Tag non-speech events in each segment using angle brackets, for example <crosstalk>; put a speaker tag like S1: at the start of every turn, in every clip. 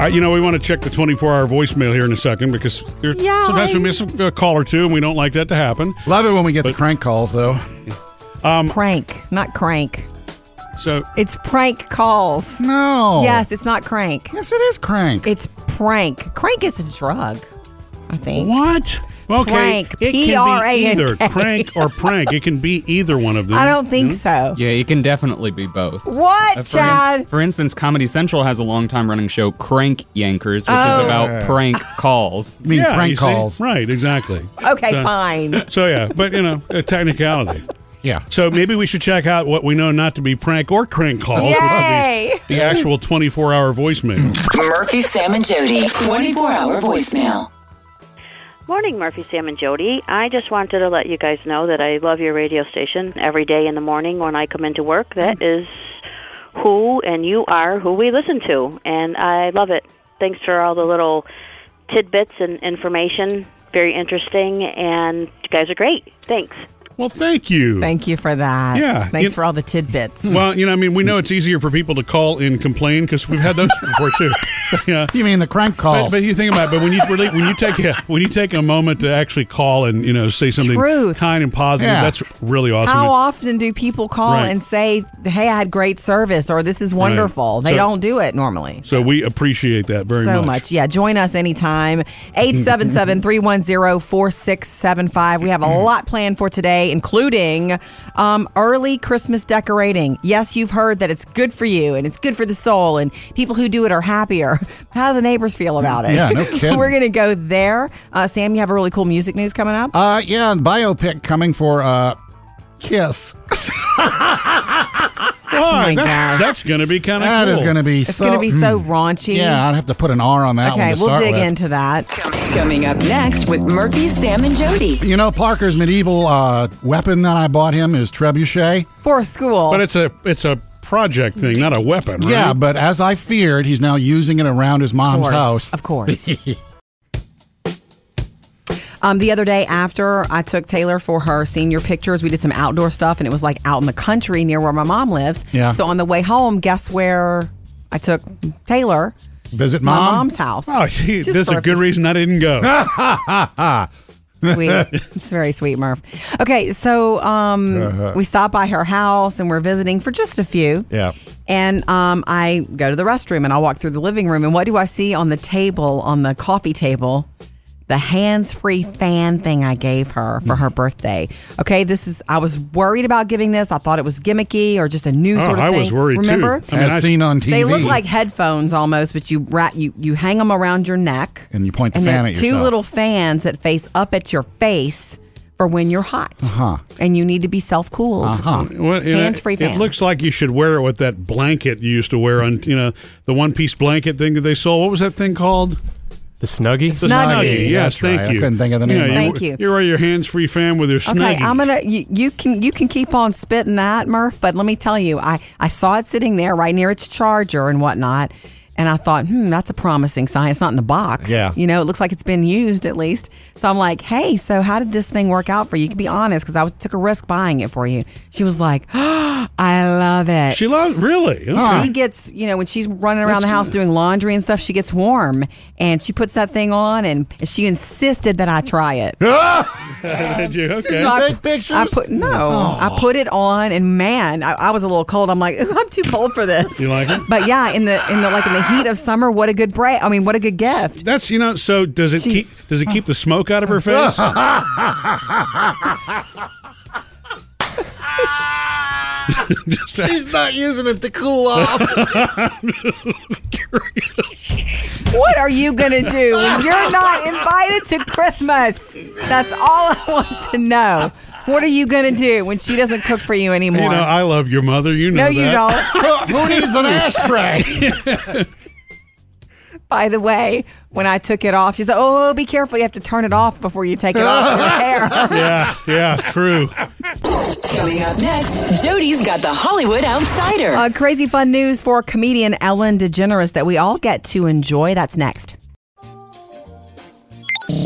S1: Uh, you know, we want to check the 24 hour voicemail here in a second because there,
S2: Yeah,
S1: sometimes we
S2: I-
S1: miss a, a call or two and we don't like that to happen.
S3: Love it when we get the crank calls, though.
S2: Prank, not crank.
S1: So,
S2: It's prank calls.
S1: Oh.
S3: No.
S2: Yes, it's not crank.
S3: Yes, it is crank.
S2: It's prank. Crank is a drug, I think.
S1: what? Okay.
S2: Prank,
S1: It can be
S2: P-R-A-N-K.
S1: either crank or prank. It can be either one of them.
S2: I don't think
S1: Mm-hmm.
S2: so.
S4: Yeah, it can definitely be both.
S2: What,
S4: Uh, for in-
S2: Chad?
S4: for instance, Comedy Central has a long time running show, Crank Yankers, which
S2: Oh.
S4: is about prank calls.
S3: I mean,
S1: Yeah, you
S3: crank
S1: see?
S3: calls.
S1: Right, exactly.
S2: Okay,
S1: So- <laughs>
S2: fine.
S1: So, yeah, but, you know, a technicality.
S4: Yeah.
S1: So maybe we should check out what we know not to be prank or crank calls, which would be
S2: Yay!
S1: the actual 24 hour voicemail.
S5: Murphy, Sam, and Jody. 24 hour voicemail.
S6: Morning, Murphy, Sam, and Jody. I just wanted to let you guys know that I love your radio station every day in the morning when I come into work. That is who and you are who we listen to, and I love it. Thanks for all the little tidbits and information. Very interesting, and you guys are great. Thanks.
S1: Well, thank you.
S2: Thank you for that.
S1: Yeah, Mm.
S2: Thanks
S1: you-
S2: for all the tidbits.
S1: well, you know, I mean, we know it's easier for people to call and complain because we've had those before too. <laughs> yeah,
S3: You mean the crank
S1: but,
S2: Oh.
S3: calls?
S1: but you think about it. But when you really, when you take a, when you take a moment to actually call and you know say something
S2: Truth.
S1: kind and positive,
S3: Yeah.
S1: that's really awesome.
S2: How often do people call
S1: Right.
S2: and say, "Hey, I had great service," or "This is wonderful"? They
S1: So-
S2: don't do it normally.
S1: so we appreciate that very
S2: so
S1: much.
S2: Yeah, join us
S3: <laughs>
S2: anytime. 877 310 4675. We have a lot planned for today, including um, early Christmas decorating. Yes, you've heard that it's good for you and it's good for the soul, and people who do it are happier. <laughs> How do the neighbors feel about it? <laughs>
S3: Yeah, no kidding.
S2: We're going to go there. Uh, Sam, you have a really cool music news coming up.
S3: uh, yeah, and biopic coming for uh, Kiss.
S1: Oh,
S2: my
S1: that's,
S2: gosh.
S1: that's going to be kind of
S3: That
S1: cool.
S3: is going to be
S2: it's
S3: so.
S2: going to be so
S3: mm.
S2: raunchy.
S3: Yeah, I'd have to put an R on that one.
S2: Okay,
S3: to
S2: we'll
S3: start
S2: dig
S3: with.
S2: into that.
S5: Coming up next with Murphy, Sam, and Jody.
S3: You know, Parker's medieval uh, weapon that I bought him is trebuchet.
S2: For school.
S1: But it's a it's a project thing, not a weapon. Right?
S3: Yeah, but as I feared, he's now using it around his
S2: Of
S3: mom's
S2: course,
S3: house.
S2: Of course.
S3: <laughs>
S2: Um, the other day after I took Taylor for her senior pictures, we did some outdoor stuff and it was like out in the country near where my mom lives.
S3: Yeah.
S2: So on the way home, guess where I took Taylor?
S3: Visit
S2: My
S3: mom.
S2: mom's
S3: <laughs>
S2: house.
S1: Oh, gee,
S2: Just
S1: this is
S2: for
S1: a good reason I didn't go.
S3: Ah.
S1: <laughs>
S2: sweet. It's very sweet, Murph. Okay, so um,
S1: Uh-huh.
S2: we stopped by her house and we're visiting for just a few.
S3: Yeah.
S2: And um, I go to the restroom and I walk through the living room and what do I see on the table, on the coffee table? The hands-free fan thing I gave her for her birthday. Okay, this is I was worried about giving this. I thought it was gimmicky or just a new
S1: Oh,
S2: sort of
S1: I
S2: thing.
S1: was worried
S2: Remember?
S1: too. I mean,
S3: As
S1: I-
S3: seen on TV.
S2: They look
S3: <laughs>
S2: like headphones almost, but you wrap you you hang them around your neck,
S3: And you point the
S2: and
S3: fan
S2: they're
S3: at
S2: two
S3: yourself.
S2: little fans that face up at your face for when you're hot, uh-huh. and you need to be self cooled. Uh-huh.
S1: Well, you know,
S2: Hands-free
S1: It
S2: fan.
S1: looks like you should wear it with that blanket you used to wear on, you know, the one piece blanket thing that they sold. What was that thing called?
S7: The Snuggie?
S1: The
S2: Snuggie.
S1: Yes,
S3: That's
S1: thank
S3: right. I
S1: you.
S3: couldn't think of the name
S1: You
S3: of
S2: it. Thank you.
S1: You wear your hands free fan with your
S2: Okay,
S1: Snuggie.
S2: I'm gonna you, you can you can keep on spitting that, Murph, but let me tell you, I I saw it sitting there right near its charger and whatnot. And I thought, hmm, that's a promising sign. It's not in the box.
S3: Yeah.
S2: You know, it looks like it's been used at least. So I'm like, hey, so how did this thing work out for you? You can be honest because I was- took a risk buying it for you. She was like, <gasps> I love it.
S1: She loves
S2: <laughs>
S1: really.
S2: she
S1: Okay.
S2: gets you know when she's running around the house doing laundry and stuff she gets warm and she puts that thing on and she insisted that i try it
S1: Did you? Okay.
S2: So I-
S3: take pictures?
S2: I put no.
S1: Oh.
S2: I put it on, and man, I, I was a little cold. I'm like, <laughs> "Ooh, I'm too cold for this.
S1: You like it?
S2: But yeah, in the in the like in the heat of summer, what a good break. I mean, what a good gift.
S1: That's you know. So does it
S2: She- Uh-huh.
S1: keep does it keep the smoke out of
S2: <laughs>
S1: her face?
S3: She's not using it to
S2: <laughs>
S3: cool off.
S2: What are you gonna do when you're not invited to Christmas? That's all I want to know. What are you gonna do when she doesn't cook for you anymore?
S1: you know, I love your mother. You know.
S2: no, you
S1: that.
S2: don't.
S3: who, who needs an ashtray?
S2: By the way, when I took it off, she said, "Oh, be careful! You have to turn it off before you take it off of
S1: <laughs>
S2: your hair."
S1: Yeah. Yeah. True.
S5: Coming up next, Jody's got the Hollywood Outsider.
S2: Uh, crazy fun news for comedian Ellen DeGeneres that we all get to enjoy. That's next.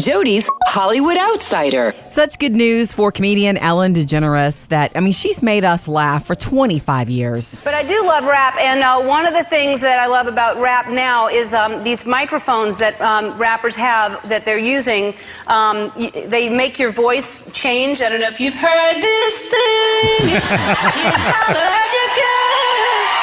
S5: Jody's Hollywood Outsider.
S2: Such good news for comedian Ellen DeGeneres that, I mean, she's made us laugh for 25 years.
S7: But I do love rap, and uh, one of the things that I love about rap now is um, these microphones that um, rappers have that they're using. Um, y- they make your voice change. I don't know if you've heard this thing. You holler at your girl.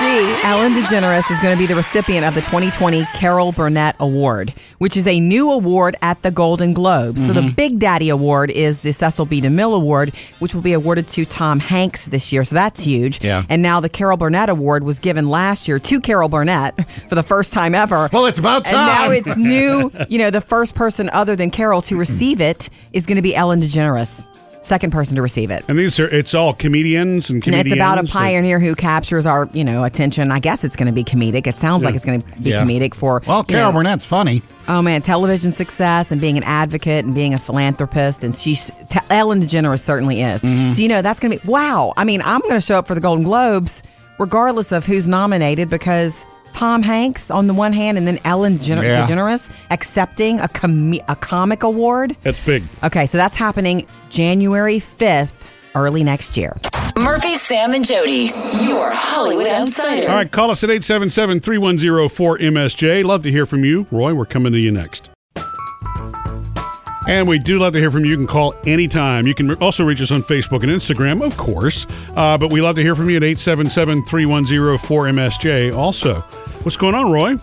S2: She, Ellen DeGeneres, is going to be the recipient of the 2020 Carol Burnett Award, which is a new award at the Golden Globes. So
S3: Mm-hmm.
S2: the Big Daddy Award is the Cecil B. DeMille Award, which will be awarded to Tom Hanks this year. So that's huge.
S3: Yeah.
S2: And now the Carol Burnett Award was given last year to Carol Burnett for the first time ever.
S3: Well, it's about
S2: And
S3: time.
S2: now it's new. You know, the first person other than Carol
S3: Mm-hmm.
S2: to receive it is going to be Ellen DeGeneres, second person to receive it.
S1: And these are it's all comedians and
S2: And
S1: comedians.
S2: it's about a
S1: so-
S2: pioneer who captures our, you know, attention. I guess it's going to be comedic. It sounds like it's going to be
S3: Yeah.
S2: comedic for
S3: Well,
S2: you
S3: Carol
S2: know,
S3: Burnett's funny.
S2: Oh man, television success and being an advocate and being a philanthropist, and she's t- Ellen DeGeneres certainly is. So you know that's going to be wow. I mean, I'm going to show up for the Golden Globes regardless of who's nominated because Tom Hanks on the one hand, and then Ellen Gen-
S3: Yeah.
S2: DeGeneres accepting a com- a comic award.
S1: That's big.
S2: Okay, so that's happening January 5th, early next year.
S5: Murphy, Sam, and Jody. Your Hollywood Outsider.
S1: All right, call us at 877 310 4MSJ. Love to hear from you. Roy, we're coming to you next. And we do love to hear from you. You can call anytime. You can re- also reach us on Facebook and Instagram, of course. Uh, but we love to hear from you at 877 310 4MSJ. Also, what's going on, Roy?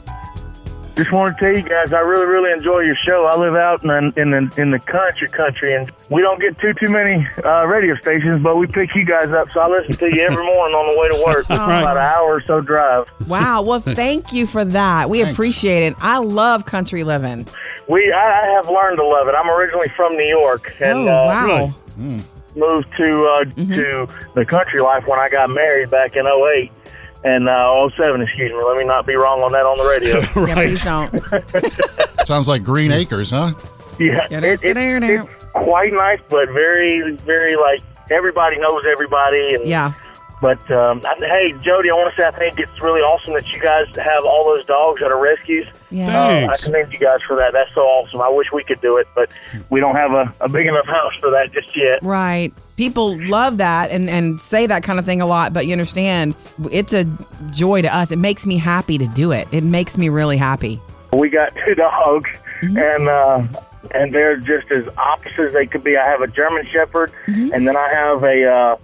S8: Just want to tell you guys, I really, really enjoy your show. I live out in the, in the, in the country, country, and we don't get too, too many uh, radio stations, but we pick you guys up. So I listen to you every morning on the way to work.
S1: <laughs>
S8: It's About an hour or so drive.
S2: Wow. <laughs> Well, thank you for that. We appreciate it. I love country living.
S8: We, I, I have learned to love it. I'm originally from New York and
S2: oh,
S8: uh,
S2: wow.
S1: really?
S8: moved to uh, to the country life when I got married back in 08 and uh, 07. Excuse me. Let me not be wrong on that on the
S1: <laughs>
S8: radio. <laughs>
S2: Yeah, please don't.
S3: Sounds like Green Acres, huh?
S8: Yeah, it, it, it's quite nice, but very, very like everybody knows everybody. And,
S2: Yeah.
S8: But um, I, hey, Jody, I want to say I think it's really awesome that you guys have all those dogs that are rescues.
S2: Yeah.
S8: Uh, I
S1: Thanks.
S8: commend you guys for that. That's so awesome. I wish we could do it, but we don't have a, a big enough house for that just yet.
S2: Right. People love that and, and say that kind of thing a lot, but you understand it's a joy to us. It makes me happy to do it. It makes me really happy.
S8: We got <laughs> two dogs,
S2: Mm-hmm.
S8: and uh, and they're just as opposite as they could be. I have a German Shepherd,
S2: Mm-hmm.
S8: and then I have a uh,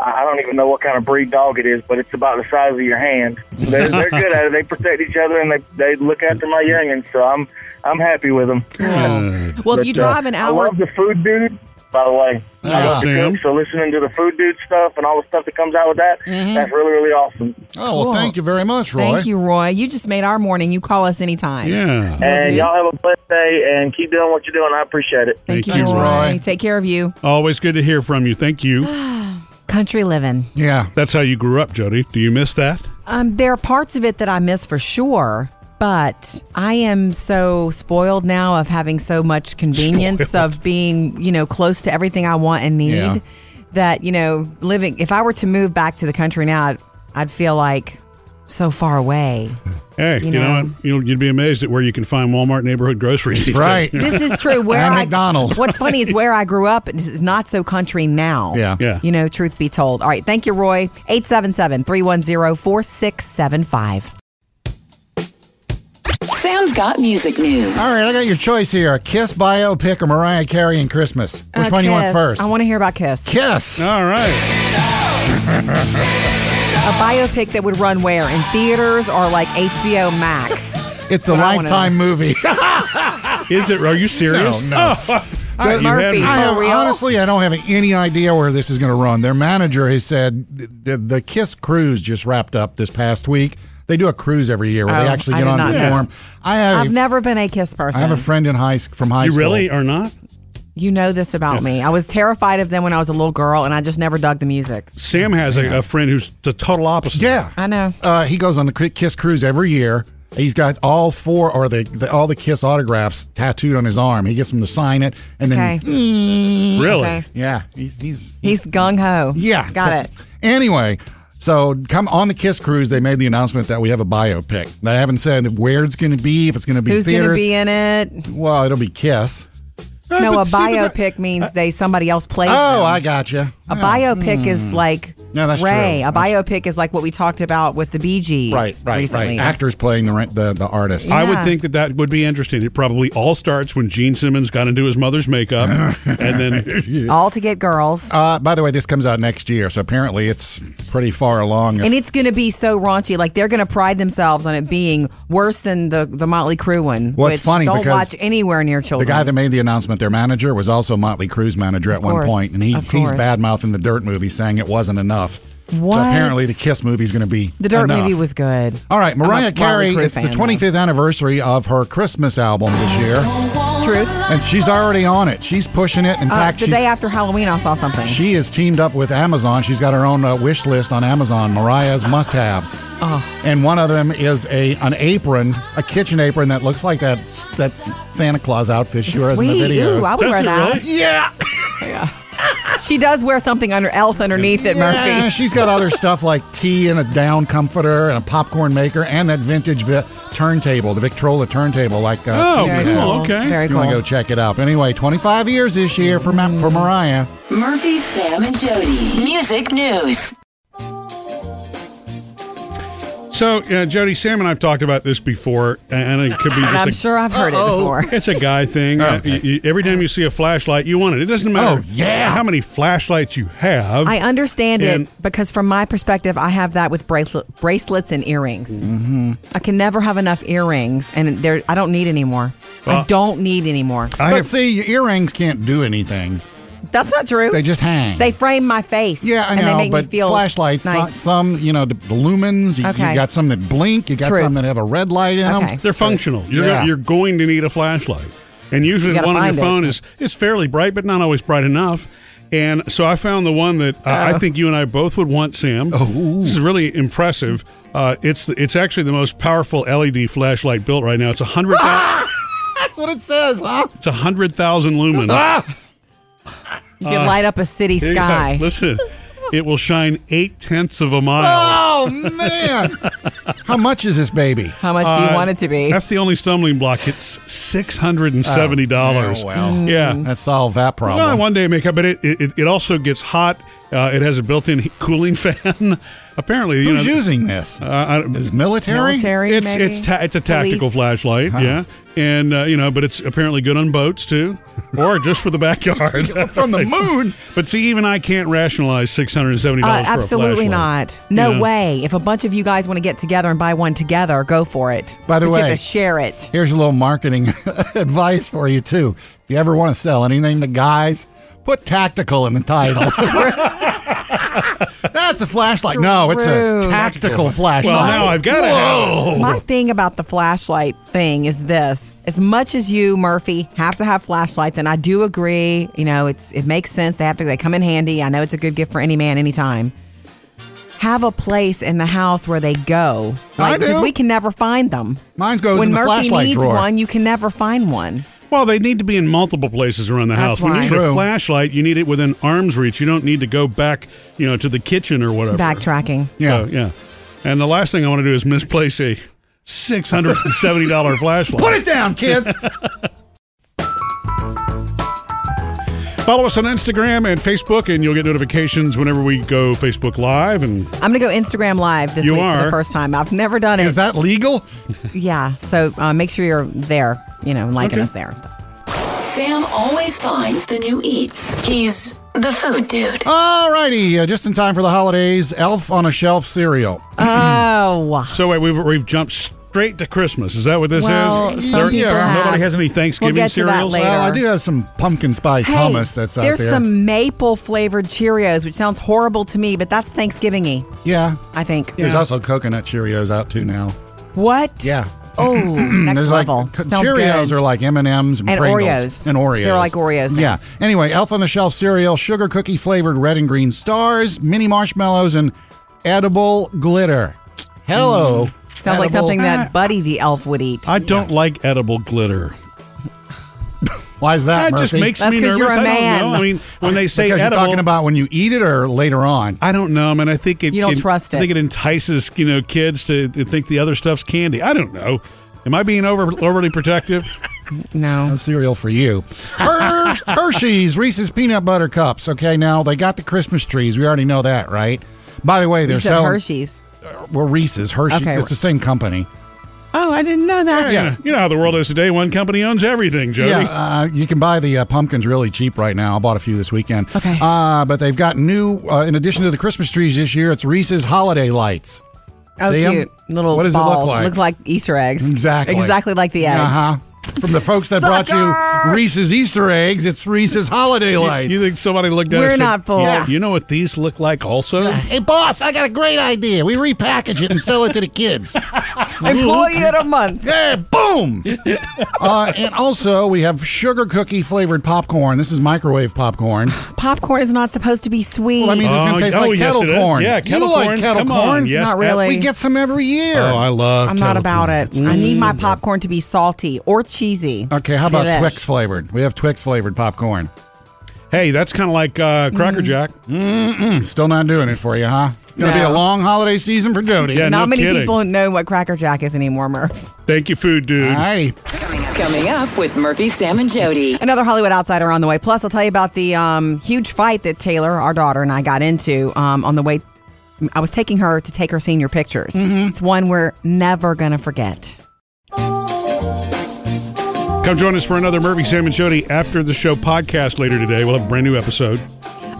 S8: I don't even know what kind of breed dog it is, but it's about the size of your hand.
S2: <laughs>
S8: They're, they're good at it. They protect each other, and they they look after my youngins. So I'm I'm happy with them.
S2: Well, if
S8: But,
S2: you
S8: uh,
S2: drive an
S8: I
S2: hour,
S8: love the food dude. By the way, I
S3: Yeah.
S8: love to
S1: Sam.
S8: cook, so listening to the food dude stuff and all the stuff that comes out with that,
S2: Mm-hmm.
S8: that's really really awesome.
S3: Oh, well,
S2: Cool.
S3: thank you very much, Roy.
S2: thank you, Roy. You just made our morning. You call us anytime.
S1: Yeah.
S8: And
S2: dude.
S8: y'all have a blessed day, and keep doing what you're doing. I appreciate it.
S2: Thank,
S1: Thank
S2: you,
S1: you,
S2: Roy.
S3: Roy.
S2: Take care of you.
S1: Always good to hear from you. Thank you.
S2: Country living.
S3: Yeah.
S1: That's how you grew up, Jody. Do you miss that?
S2: Um, there are parts of it that I miss for sure, but I am so spoiled now of having so
S3: <laughs>
S2: much convenience of being, you know, close to everything I want and need
S3: Yeah.
S2: that, you know, living if I were to move back to the country now, I'd, I'd feel like so far away.
S1: Hey,
S2: You
S1: you, know,
S2: know.
S1: what? You know, you'd be amazed at where you can find Walmart neighborhood groceries. these
S3: Right.
S1: days.
S2: This
S3: <laughs>
S2: is true. Where
S3: And
S2: I,
S3: McDonald's.
S2: What's funny is where I grew up is not so country now.
S3: Yeah.
S1: Yeah.
S2: You know, truth be told. All right. Thank you, Roy. 877 310 4675.
S5: Sam's got music news.
S3: All right, I got your choice here: Kiss biopic or Mariah Carey and Christmas. Which
S2: Uh,
S3: one do you want
S2: Kiss.
S3: first?
S2: I want to hear about Kiss.
S3: Kiss.
S1: All right.
S2: A biopic that would run where? In theaters or like HBO
S3: <laughs>
S2: Max?
S3: It's a
S2: But I wanna- <laughs>
S3: lifetime movie.
S1: Is it? Are you serious?
S3: No, no.
S1: Oh,
S3: I-
S1: you
S2: Murphy.
S1: had
S3: I
S1: me.
S2: For
S3: have,
S2: real?
S3: honestly, I don't have any idea where this is going to run. Their manager has said th- the, the Kiss cruise just wrapped up this past week. They do a cruise every year where they
S2: Oh,
S3: actually
S2: I
S3: get
S2: did
S3: on
S2: not
S3: and
S2: know.
S3: perform. I have,
S2: I've never been a Kiss
S3: I
S2: person.
S3: have a friend in high sc- from high
S1: You
S3: school.
S1: really are not?
S2: you know this about me. I was terrified of them when I was a little girl, and I just never dug the music.
S1: Sam has a, a friend who's the total opposite.
S3: Yeah,
S2: I know.
S3: Uh, he goes on the Cri- Kiss cruise every year. He's got all four or the, the all the Kiss autographs tattooed on his arm. He gets them to sign it, and then
S2: Okay.
S1: Really?
S2: Mm, Okay.
S3: <clears throat> yeah, he's he's
S2: He's gung ho.
S3: yeah,
S2: Got it.
S3: Anyway, So come on the Kiss Cruise. They made the announcement that we have a biopic. They haven't said where it's going to be, if it's going to be
S2: Who's going to
S3: theaters.
S2: be in it?
S3: well, it'll be Kiss.
S2: No, a
S3: but see, but that-
S2: biopic means they somebody else plays.
S3: Uh, Oh,
S2: them.
S3: I gotcha.
S2: A biopic is like
S3: No, that's
S2: Ray.
S3: true.
S2: A biopic is like what we talked about with the Bee Gees
S3: Right, right,
S2: recently.
S3: right. Actors playing the the, the artist.
S1: I would
S2: Yeah.
S1: think that that would be interesting. It probably all starts when Gene Simmons got into his mother's
S3: <laughs>
S1: makeup, and then
S2: All to get girls.
S3: Uh, by the way, this comes out next year, so apparently it's pretty far along.
S2: and it's going to be so raunchy. Like they're going to pride themselves on it being worse than the the Motley Crue one.
S3: Well,
S2: which
S3: it's funny
S2: don't
S3: because
S2: watch anywhere near
S3: the
S2: children.
S3: guy that made the announcement, their manager, was also Motley Crue's manager at one
S2: course,
S3: point, and he,
S2: of
S3: he's
S2: course.
S3: bad mouthing the Dirt movie, saying it wasn't enough.
S2: What?
S3: So apparently, the Kiss movie's going to be
S2: the Dirt
S3: enough.
S2: movie was good.
S3: All right,
S2: I'm a
S3: Mariah
S2: Motley
S3: Carey.
S2: Crue
S3: It's the
S2: fan, though.
S3: 25th anniversary of her Christmas album this year,
S2: Truth.
S3: and she's already on it. She's pushing it. In
S2: Uh,
S3: fact,
S2: the
S3: she's-
S2: day after Halloween, I saw something.
S3: she is teamed up with Amazon. She's got her own uh, wish list on Amazon. Mariah's must-haves,
S2: Oh.
S3: and one of them is a an apron, a kitchen apron that looks like that that Santa Claus outfit she wears in the
S2: Sweet.
S3: videos.
S2: Ooh, I would
S1: Does
S2: wear
S1: she
S2: that.
S1: really?
S3: yeah,
S2: She does wear something under else underneath it,
S3: yeah.
S2: Murphy.
S3: She's got other stuff like tea and a down comforter and a popcorn maker and that vintage vi- turntable, the Victrola turntable. Like, uh,
S1: Oh,
S3: Phoebe
S2: Very
S1: cool.
S3: has.
S2: cool.
S1: okay.
S2: Very
S3: If you want to
S2: cool.
S3: go check it out. But anyway, 25 years this year for Ma- for Mariah.
S5: Murphy, Sam, and Jody. Music news.
S1: so uh, Jody Sam and I've talked about this before, and it could be. Just
S2: And
S1: a-
S2: I'm sure I've heard it before.
S1: It's a guy thing.
S3: <laughs> Oh, okay.
S1: Uh, you- you- every time you see a flashlight, you want it. It doesn't matter.
S3: Oh, yeah.
S1: How many flashlights you have?
S2: I understand
S1: And-
S2: it because from my perspective, I have that with bracelet, bracelets and earrings. Mm-hmm. I can never have enough earrings, and there I don't need any more. I
S1: Well-
S2: don't need any more.
S1: I
S3: but
S1: have-
S3: see, your earrings can't do anything.
S2: That's not true.
S3: They just hang.
S2: They frame my face.
S3: yeah, I know,
S2: and they make
S3: but
S2: me feel
S3: flashlights, so-
S2: Nice.
S3: some, you know, the lumens, you,
S2: Okay.
S3: you got some that blink, you got
S2: Truth.
S3: some that have a red light in
S2: Okay.
S3: them.
S1: They're functional. You're,
S3: Yeah.
S1: gonna, you're going to need a flashlight. And usually the
S2: You gotta
S1: one on your
S2: find it.
S1: phone is, is fairly bright, but not always bright enough. And so I found the one that uh, I think you and I both would want, Sam.
S2: Oh,
S1: This is really impressive. Uh, it's it's actually the most powerful LED flashlight built right now. It's a hundred
S2: <laughs>
S1: thou-
S3: Ah! <laughs> That's what it says, huh?
S1: it's a hundred thousand lumens.
S3: Ah!
S2: you can light up a city
S1: Here you go.
S2: sky.
S1: Listen, it will shine eight tenths of a
S2: Ah!
S1: mile. <laughs>
S3: Oh, man. How much is this baby?
S2: How much do you want it to be?
S1: uh, That's the only stumbling block. It's six hundred and seventy dollars.
S3: Oh, well.
S1: Yeah.
S3: That solved that problem.
S1: Well, one day make up, but it, it it also gets hot. Uh, it has a built-in <laughs> he- cooling fan. <laughs> Apparently, you
S3: Who's
S1: know,
S3: using this?
S1: uh, I-
S3: Is military?
S2: Military,
S1: it's
S2: maybe?
S1: it's ta- it's a tactical
S2: Police?
S1: flashlight,
S3: Uh-huh.
S1: yeah, and uh, you know, but it's apparently good on boats
S3: <laughs>
S1: too, or just for the backyard <laughs>
S3: From the moon?
S1: But see, even I can't rationalize six hundred and seventy
S2: Uh,
S1: dollars.
S2: absolutely not. No
S1: Yeah.
S2: way. If a bunch of you guys want to get together and buy one together, go for it.
S3: By
S2: But
S3: the
S2: you
S3: way-
S2: have to share it.
S3: Here's a little marketing <laughs> advice for you too. If you ever want to sell anything to guys, put tactical in
S2: <laughs>
S3: the title. That's a flashlight. No, it's a
S2: True.
S3: tactical flashlight.
S1: Well, now I've got to have.
S2: My thing about the flashlight thing is this: as much as you, Murphy, have to have flashlights, and I do agree. You know, it's it makes sense. They have to. They come in handy. I know it's a good gift for any man, anytime. Have a place in the house where they go,
S3: I
S2: like because
S3: do.
S2: we can never find them.
S3: Mine goes
S2: when
S3: in the
S2: Murphy
S3: flashlight
S2: needs
S3: drawer.
S2: one, you can never find one.
S1: Well, they need to be in multiple places around the house.
S2: That's
S1: When you
S2: why.
S1: need a
S3: True.
S1: flashlight, you need it within arm's reach. You don't need to go back, you know, to the kitchen or whatever.
S2: Backtracking.
S3: Yeah.
S1: So, Oh, yeah. And the last thing I want to do is misplace a six hundred and seventy
S3: <laughs>
S1: dollar flashlight.
S3: Put it
S1: <laughs>
S3: down, kids.
S1: Follow us on Instagram and Facebook, and you'll get notifications whenever we go Facebook Live. And
S2: I'm gonna go Instagram Live this
S1: You
S2: week for
S1: are?
S2: the first time. I've never done it.
S3: Is that legal?
S2: yeah, so uh, make sure you're there. You know, liking us there and stuff.
S5: Sam always finds the new eats. He's the food dude.
S3: All righty. Uh, just in time for the holidays, Elf on a Shelf cereal.
S2: Oh.
S1: so wait, we've we've jumped straight to Christmas. Is that what this
S2: Well,
S1: is?
S2: some
S1: There-
S2: people have.
S1: Nobody has any Thanksgiving
S2: We'll get to that
S1: cereals.
S2: later.
S3: Well, I do have some pumpkin spice
S2: Hey,
S3: hummus that's out
S2: there's
S3: there.
S2: some maple flavored Cheerios, which sounds horrible to me, but that's Thanksgiving y,
S3: yeah.
S2: I think.
S3: There's also coconut Cheerios out too now.
S2: What?
S3: Yeah.
S2: Oh, next
S3: <clears throat> There's
S2: level.
S3: like c-
S2: Sounds
S3: Cheerios
S2: good.
S3: are like M and M's and
S2: And
S3: Pringles.
S2: Oreos.
S3: and Oreos.
S2: They're like Oreos now.
S3: Yeah. Anyway, Elf on the Shelf cereal, sugar cookie flavored red and green stars, mini marshmallows, and edible glitter. Hello.
S2: Mm. Sounds like
S3: edible- Uh,
S2: something that Buddy the Elf would eat.
S1: I don't like edible glitter.
S3: Why is that,
S1: That just
S3: Murphy?
S1: makes
S2: That's
S1: me nervous.
S2: 'cause you're a
S1: I don't
S2: man.
S1: know. I mean, when
S3: <laughs>
S1: they say
S3: because you're
S1: edible,
S3: talking about when you eat it or later on.
S1: I don't know, man. I think it.
S2: You don't
S1: it-
S2: trust
S1: I
S2: it.
S1: think it entices you know kids to, to think the other stuff's candy. I don't know. Am I being over overly protective?
S2: No.
S3: No cereal for you. Her-
S2: <laughs>
S3: Hershey's Reese's peanut butter cups. Okay, now they got the Christmas trees. We already know that, right? By the way, they're
S2: You said
S3: selling
S2: Hershey's.
S3: well Reese's Hershey.
S2: Okay.
S3: It's the same company.
S2: Oh, I didn't know that.
S1: You know, you know how the world is today. One company owns everything, Jody.
S3: Yeah, uh, you can buy the uh, pumpkins really cheap right now. I bought a few this weekend.
S2: Okay.
S3: Uh, but they've got new. Uh, in addition to the Christmas trees this year, it's Reese's holiday lights.
S2: Oh,
S3: See 'em?
S2: cute. Little
S3: What does it look
S2: balls.
S3: like?
S2: Looks like Easter eggs.
S3: Exactly.
S2: Exactly like the eggs.
S3: Uh huh. From the folks that brought you
S2: Sucker!
S3: Reese's Easter eggs, it's Reese's holiday lights.
S1: You think somebody looked at
S2: We're
S1: us and-
S2: not full.
S3: Yeah.
S1: You know what these look like? Also,
S3: Hey, boss, I got a great idea. We repackage it and sell it to the kids.
S2: Employee of the month.
S3: Yeah,
S2: <laughs>
S3: boom! uh, and also, we have sugar cookie flavored popcorn. This is microwave popcorn.
S2: Popcorn is not supposed to be sweet.
S3: Well, that means it's going
S1: Oh,
S3: to taste
S1: oh,
S3: like
S1: yes,
S3: kettle
S1: it is.
S3: corn.
S1: Yeah, kettle
S3: you
S1: corn.
S3: like kettle
S1: Come
S3: corn?
S1: on, yes.
S2: not
S1: ab-
S2: really.
S3: We get some every year.
S1: Oh, I love.
S2: I'm not
S1: kettle
S2: about
S1: corn.
S2: it. I need my popcorn to be salty or cheesy.
S3: okay, how about
S2: Delish.
S3: Twix flavored? We have Twix flavored popcorn.
S1: Hey, that's kind of like uh,
S2: Mm-hmm.
S1: Cracker Jack.
S3: Hmm, Still not doing it for you, huh? Going to be
S2: No.
S3: a long holiday season for Jody.
S1: Yeah,
S2: Not
S1: no
S2: many
S1: kidding.
S2: people know what Cracker Jack is anymore, Murph. <laughs>
S1: Thank you, food dude.
S3: All right.
S5: Coming up with Murphy, Sam, and Jody.
S2: Another Hollywood outsider on the way. Plus, I'll tell you about the um, huge fight that Taylor, our daughter, and I got into um, on the way. I was taking her to take her senior pictures. It's one we're never going to forget.
S1: Come join us for another Murphy Sam and Jody after the show podcast later today. We'll have a brand new episode.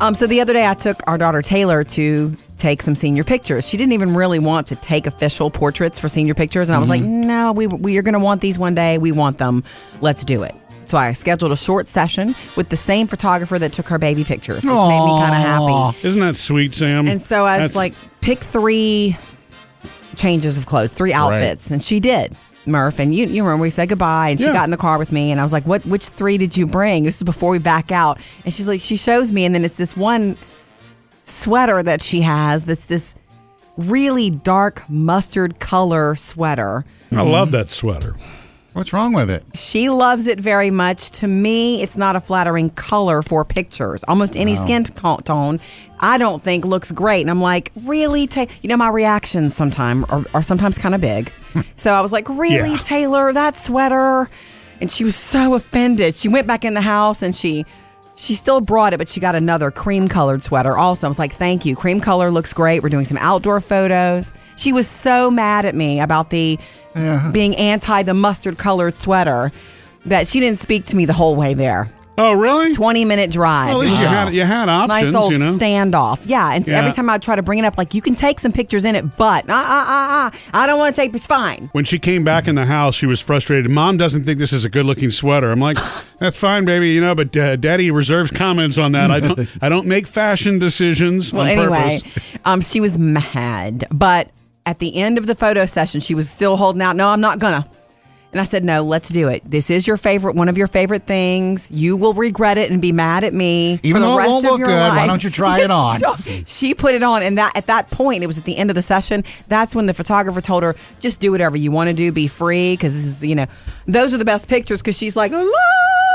S2: Um, so the other day, I took our daughter Taylor to take some senior pictures. She didn't even really want to take official portraits for senior pictures, and I was like, "No, we we are going to want these one day. We want them. Let's do it." So I scheduled a short session with the same photographer that took her baby pictures, which made me kind of happy.
S1: Isn't that sweet, Sam?
S2: And so I was
S1: Um, That's-
S2: like, "Pick three changes of clothes, three outfits," and she did. Murph and you, you remember we said goodbye, and she
S1: Yeah.
S2: got in the car with me, and I was like, "What? Which three did you bring?" This is before we back out, and she's like, she shows me, and then it's this one sweater that she has. That's this really dark mustard color sweater.
S1: I love
S2: mm.
S1: that sweater.
S3: What's wrong with it?
S2: She loves it very much. To me, it's not a flattering color for pictures. Almost any skin co- tone, I don't think looks great. And I'm like, really, Ta-? you know, my reactions sometimes are, are sometimes kind of big. so I was like, really,
S1: Yeah.
S2: Taylor, that sweater. And she was so offended. She went back in the house and she. She still brought it, but she got another cream colored sweater also. I was like, thank you. Cream color looks great. We're doing some outdoor photos. She was so mad at me about the being anti the mustard colored sweater that she didn't speak to me the whole way there.
S1: Oh, really?
S2: 20 minute drive.
S1: Well, at least you had you had options,
S2: Nice old
S1: you know.
S2: standoff. Yeah. And
S1: Yeah.
S2: every time I try to bring it up, like, you can take some pictures in it, but uh, uh, uh, uh, I don't want to take, it's fine.
S1: When she came back in the house, she was frustrated. Mom doesn't think this is a good-looking sweater. I'm like, that's fine, baby, you know, but uh, Daddy reserves comments on that. I don't, I don't make fashion decisions
S2: Well,
S1: on
S2: anyway,
S1: purpose.
S2: um, she was mad, but at the end of the photo session, she was still holding out. No, I'm not gonna. And I said, No, let's do it. This is your favorite, one of your favorite things. You will regret it and be mad at me
S3: Even
S2: for the
S3: though it
S2: rest
S3: won't
S2: of
S3: look
S2: your
S3: good, why
S2: life.
S3: don't you
S2: <laughs>
S3: try it on?
S2: she put it on, and that at that point, it was at the end of the session. That's when the photographer told her, "Just do whatever you want to do, be free." Because this is, you know, those are the best pictures. Because she's like, "Look."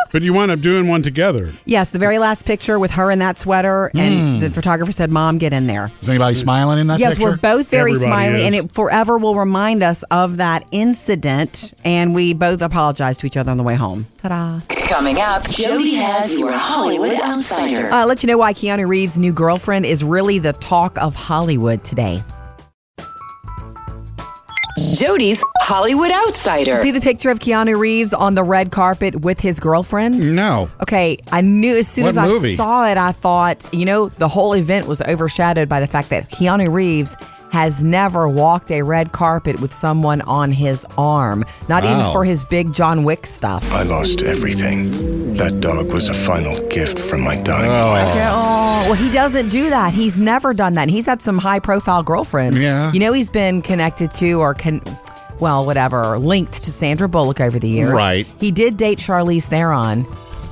S1: But you wind up doing one together.
S2: Yes, the very last picture with her in that sweater,
S3: Hmm.
S2: and the photographer said, "Mom, get in there."
S3: Is anybody smiling in that
S2: Yes,
S3: picture?
S2: we're both very
S1: Everybody
S2: smiley,
S1: is.
S2: and it forever will remind us of that incident. And we both apologized to each other on the way home. Ta da!
S5: Coming up, Jody has your Hollywood Outsider.
S2: Uh, let you know why Keanu Reeves' new girlfriend is really the talk of Hollywood today.
S5: Jody's Hollywood Outsider.
S2: See the picture of Keanu Reeves on the red carpet with his girlfriend?
S3: No.
S2: Okay, I knew as soon
S3: Mm.
S2: as
S3: What
S2: I
S3: movie?
S2: saw it, I thought, you know, the whole event was overshadowed by the fact that Keanu Reeves has never walked a red carpet with someone on his arm, not even
S3: Wow.
S2: for his big John Wick stuff.
S9: I lost everything. That dog was a final gift from my dying wife.
S2: Oh, well, he doesn't do that. He's never done that. And he's had some high profile girlfriends.
S3: Yeah.
S2: You know, he's been connected to or can. Well, whatever, linked to Sandra Bullock over the years.
S3: Right.
S2: He did date Charlize Theron.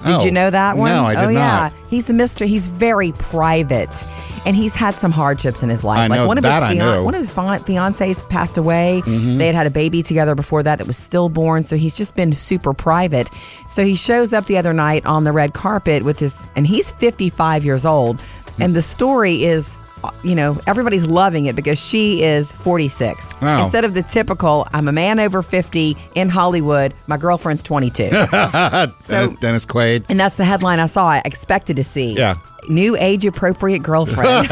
S2: Did
S3: Oh,
S2: you know that one?
S3: no, I did
S2: oh, yeah.
S3: not.
S2: He's a mystery. He's very private. And he's had some hardships in his life.
S3: I
S2: like
S3: know,
S2: one of
S3: that I
S2: his
S3: know. Mm-hmm.
S2: one of his fian- fiancées passed away. They had had a baby together before that that was stillborn. So he's just been super private. So he shows up the other night on the red carpet with his, and he's 55 years old.
S3: Hmm.
S2: And the story is, uh, you know, everybody's loving it because she is 46.
S3: Wow.
S2: Instead of the typical, I'm a man over 50 in Hollywood, my girlfriend's
S3: <laughs>
S2: 22.
S3: Dennis,
S2: Oh.
S3: Dennis Quaid.
S2: And that's the headline I saw. I expected to see.
S3: Yeah.
S2: New age appropriate
S3: <laughs>
S2: girlfriend.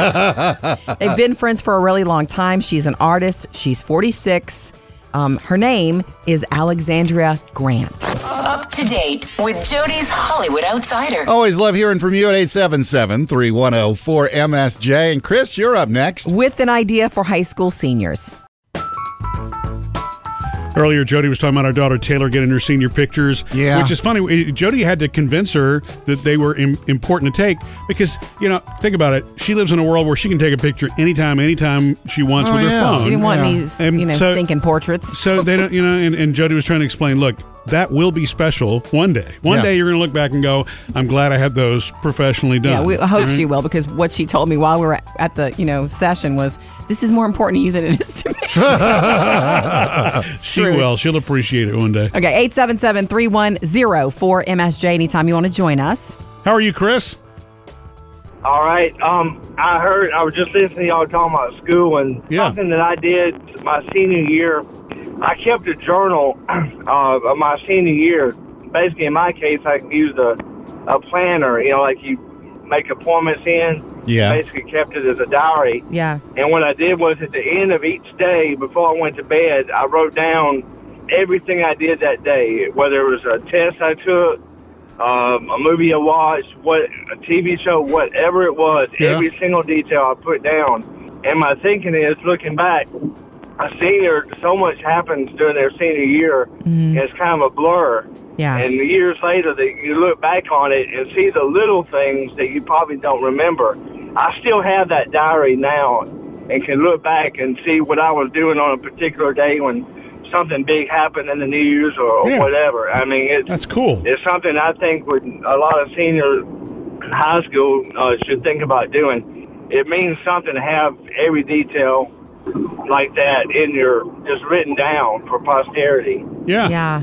S2: They've been friends for a really long time. She's an artist. She's 46. Um, her name is Alexandria Grant.
S5: Up to date with Jody's Hollywood Outsider.
S3: Always love hearing from you at 877 310 4MSJ. And Chris, you're up next.
S2: With an idea for high school seniors.
S1: Earlier, Jody was talking about our daughter Taylor getting her senior pictures.
S3: Yeah.
S1: Which is funny. Uh, Jody had to convince her that they were Im- important to take because, you know, think about it. She lives in a world where she can take a picture anytime, anytime she wants
S3: Oh,
S1: with
S3: yeah.
S1: her phone.
S2: She didn't want
S3: Yeah.
S2: these,
S1: Um,
S2: you know,
S1: so-
S2: stinking portraits.
S1: So they don't, you know, and, and Jody was trying to explain look, that will be special one day. One
S3: Yeah.
S1: day you're going to look back and go, I'm glad I had those professionally done.
S2: Yeah, we I
S3: Mm-hmm.
S2: hope she will because what she told me while we were at the, you know, session was this is more important to you than it is to me. <laughs>
S1: she will. She'll appreciate it one day.
S2: Okay, 877-310-4MSJ anytime you want to join us.
S1: How are you, Chris?
S8: All right. Um, I heard I was just listening to y'all talking about school and
S1: Yeah.
S8: something that I did my senior year. I kept a journal <clears throat> uh, of my senior year. Basically, in my case, I used a a planner. You know, like you make appointments in.
S3: Yeah.
S8: Basically, kept it as a diary.
S2: Yeah.
S8: And what I did was at the end of each day before I went to bed, I wrote down everything I did that day, whether it was a test I took, um, a movie I watched, what a TV show, whatever it was,
S1: Yeah.
S8: every single detail I put down. And my thinking is, looking back, a senior, so much happens during their senior year,
S1: Mm-hmm.
S8: it's kind of a blur.
S2: Yeah.
S8: And years later, that you look back on it and see the little things that you probably don't remember. I still have that diary now and can look back and see what I was doing on a particular day when something big happened in the news or, or
S1: Yeah.
S8: whatever. I mean, it's,
S1: That's cool.
S8: it's something I think would a lot of senior high school uh, should think about doing. It means something to have every detail like that in your just written down for posterity.
S1: Yeah.
S2: Yeah.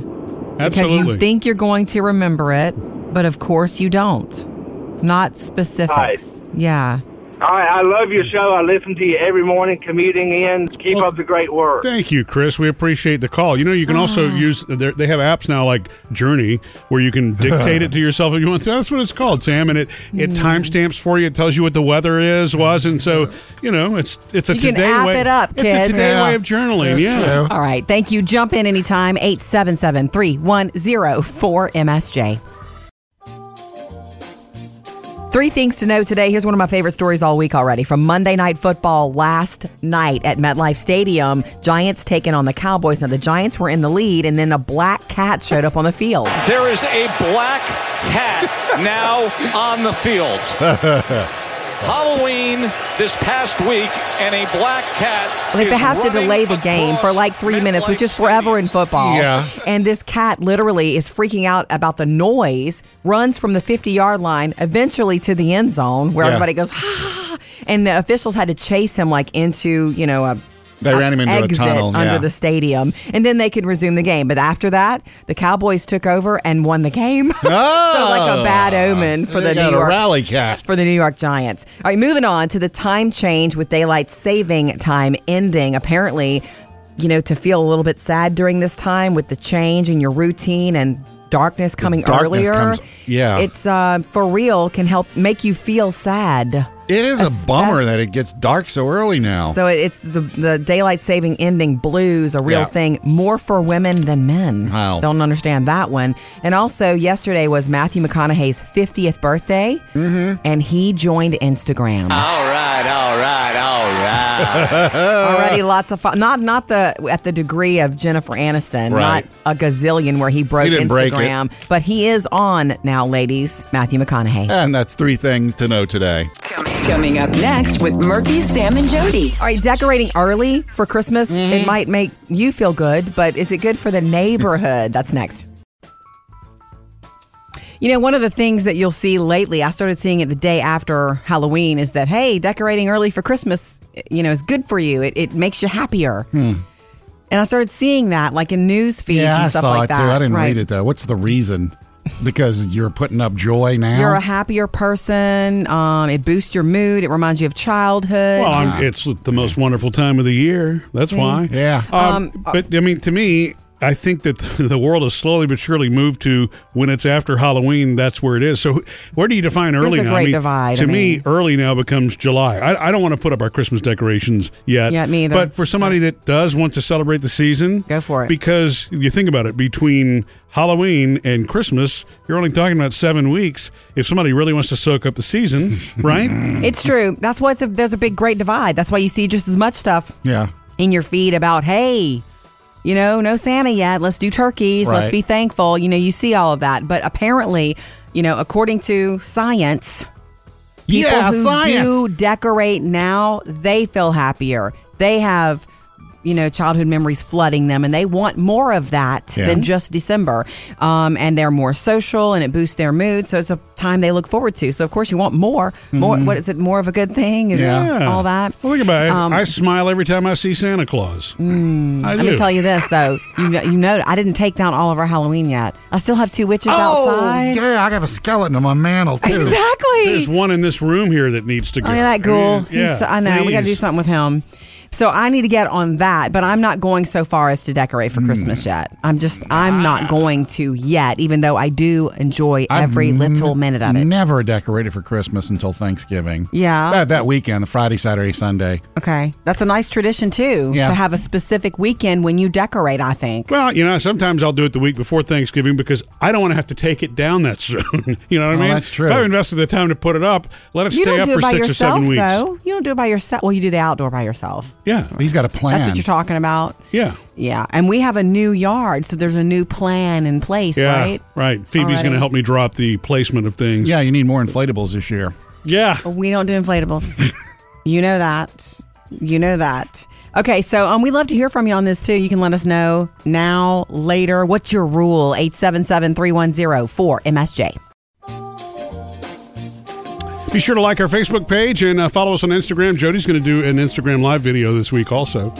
S2: Because
S1: Absolutely.
S2: you think you're going to remember it, but of course you don't. Not specifics. Yeah.
S8: All right, I love your show. I listen to you every morning commuting in. Keep
S1: Well,
S8: up the great work.
S1: Thank you, Chris. We appreciate the call. You know, you can also
S2: Ah.
S1: use there- they have apps now like Journey where you can dictate
S3: <laughs>
S1: it to yourself if you want. to. That's what it's called, Sam, and it
S2: Mm.
S1: it timestamps for you. It tells you what the weather is was, and so you know it's it's a
S2: You can
S1: today
S2: app
S1: way.
S2: it up,
S1: It's
S2: kids.
S1: a today
S2: Yeah.
S1: way of journaling.
S3: That's
S1: yeah.
S3: true.
S2: All right. Thank you. Jump in anytime. 877 310 4MSJ. Three things to know today. Here's one of my favorite stories all week already from Monday Night Football last night at MetLife Stadium. Giants taking on the Cowboys. Now, the Giants were in the lead, and then a black cat showed up on the field.
S10: There is a black cat
S2: <laughs>
S10: now on the field. Halloween this past week, and a black cat.
S2: Like they
S10: is
S2: have to
S10: running
S2: delay the game for
S10: across
S2: like three minutes, which
S10: MetLife
S2: is forever in
S10: Stadium.
S2: football.
S3: Yeah.
S2: And this cat literally is freaking out about the noise, runs from the 50 yard line, eventually to the end zone where
S3: Yeah.
S2: everybody goes, ah. And the officials had to chase him like into, you know, a
S3: They ran him into
S2: exit
S3: a tunnel.
S2: under
S3: yeah.
S2: the stadium, and then they could resume the game. But after that, the Cowboys took over and won the
S3: <laughs>
S2: game. <laughs> so like a bad omen for
S3: They
S2: the
S3: got
S2: New
S3: a
S2: York
S3: Oh. rally cat.
S2: for the New York Giants. All right, moving on to the time change with daylight saving time ending. Apparently, you know, to feel a little bit sad during this time with the change in your routine and darkness coming
S3: darkness
S2: earlier.
S3: comes- yeah.
S2: it's uh, for real can help make you feel sad.
S3: It is
S2: Espe-
S3: a bummer that it gets dark so early now.
S2: So it- it's the the daylight saving ending blues, a real
S3: Yeah.
S2: thing, more for women than men.
S3: Wow.
S2: Don't understand that one. And also, yesterday was Matthew McConaughey's 50th birthday,
S3: Mm-hmm.
S2: and he joined Instagram.
S10: All right, all right, all right.
S2: <laughs> Already lots of fun. Not not the at the degree of Jennifer Aniston,
S3: Right.
S2: not a gazillion where he broke
S3: He didn't break it.
S2: Instagram, but he is on now, ladies. Matthew McConaughey.
S3: and that's three things to know today.
S5: Coming up next with Murphy, Sam, and Jody. Mm-hmm.
S2: All right, decorating early for Christmas, it might make you feel good, but is it good for the neighborhood? That's next. You know, one of the things that you'll see lately, I started seeing it the day after Halloween, is that, hey, decorating early for Christmas, you know, is good for you. It, it makes you happier.
S3: Hmm.
S2: And I started seeing that like in news feeds
S3: Yeah, I
S2: and stuff
S3: saw
S2: like
S3: it
S2: that.
S3: too. I didn't
S2: right.
S3: read it though. What's the reason? Because you're putting up joy now.
S2: You're a happier person. Um, it boosts your mood. It reminds you of childhood.
S1: Well, I'm, it's the most wonderful time of the year. That's
S2: See?
S1: why.
S2: Yeah.
S1: Um,
S2: uh,
S1: but I mean, to me, I think that <laughs> the world has slowly but surely moved to when it's after Halloween. That's where it is. So, where do you define
S2: There's
S1: early
S2: a
S1: now?
S2: great divide,
S1: To
S2: I
S1: me,
S2: mean.
S1: early now becomes July. I, I don't want to put up our Christmas decorations yet.
S2: Yeah, me either.
S1: But for somebody that does want to celebrate the season, go for
S2: it.
S1: Because you think about it, between Halloween and Christmas, you're only talking about seven weeks. If somebody really wants to soak up the season, <laughs> right?
S2: It's true. That's why it's a, there's a big great divide. That's why you see just as much stuff
S3: Yeah.
S2: in your feed about, hey, you know, no Santa yet. Let's do turkeys. Let's
S3: Right.
S2: be thankful. You know, you see all of that. But apparently, you know, according to science, people
S3: Yeah,
S2: who
S3: science.
S2: do decorate now, they feel happier. They have, you know, childhood memories flooding them and they want more of that
S3: Yeah.
S2: than just December. Um, and they're more social and it boosts their mood. So it's a time they look forward to. So, of course, you want more. More,
S1: Mhm.
S2: what is it? More of a good thing? Is all that?
S1: Well, think about it.
S2: Um,
S1: I smile every time I see Santa Claus. I
S2: Let me
S1: do.
S2: tell you this though, you know, you know, I didn't take down all of our Halloween yet. I still have two witches
S3: Oh,
S2: outside.
S3: yeah, I have a skeleton on my mantle too.
S2: Exactly.
S1: There's one in this room here that needs to go.
S2: I mean, Oh, that ghoul.
S1: Yeah,
S2: He's, I know. We got to do
S1: please.
S2: something with him. So I need to get on that, but I'm not going so far as to decorate
S1: Hmm.
S2: for Christmas yet. I'm just, I'm
S1: Ah.
S2: not going to yet, even though I do enjoy every little minute of it.
S3: Never decorated for Christmas until Thanksgiving.
S2: Yeah.
S3: That, that weekend, the Friday, Saturday, Sunday.
S2: Okay. That's a nice tradition too,
S3: Yeah.
S2: to have a specific weekend when you decorate, I think.
S1: Well, you know, sometimes I'll do it the week before Thanksgiving because I don't want to have to take it down that soon. <laughs> you know what
S3: Oh,
S1: I mean?
S3: that's true.
S1: If I've invested the time to put it up, let it
S2: You
S1: stay
S2: don't
S1: up
S2: do
S1: for
S2: it by
S1: six or
S2: yourself
S1: seven weeks.
S2: though. You don't do it by yourself. Well, you do the outdoor by yourself.
S1: Yeah.
S3: He's got a plan.
S2: That's what you're talking about.
S1: Yeah.
S2: Yeah, and we have a new yard, so there's a new plan in place,
S1: yeah.
S2: right?
S1: Phoebe's going
S2: Already.
S1: to help me drop the placement of things.
S3: Yeah, you need more inflatables this year.
S1: Yeah.
S2: We don't do inflatables. you know that. You know that. Okay, so um, we love to hear from you on this too. You can let us know now, later. What's your rule? 877 310 4MSJ.
S1: Be sure to like our Facebook page and uh, follow us on Instagram. Jody's going to do an Instagram live video this week also.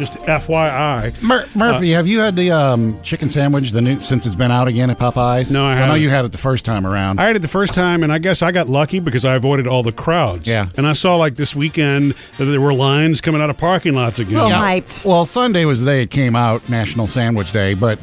S1: Just FYI.
S3: Mur-
S1: Uh,
S3: Murphy, have you had the um, chicken sandwich the new since it's been out again at Popeyes?
S1: No, I
S3: So I know
S1: haven't.
S3: you had it the first time around.
S1: I had it the first time, and I guess I got lucky because I avoided all the crowds.
S3: Yeah.
S1: And I saw like this weekend that there were lines coming out of parking lots again.
S2: Oh, hyped.
S3: Well, Sunday was the day it came out, National Sandwich Day, but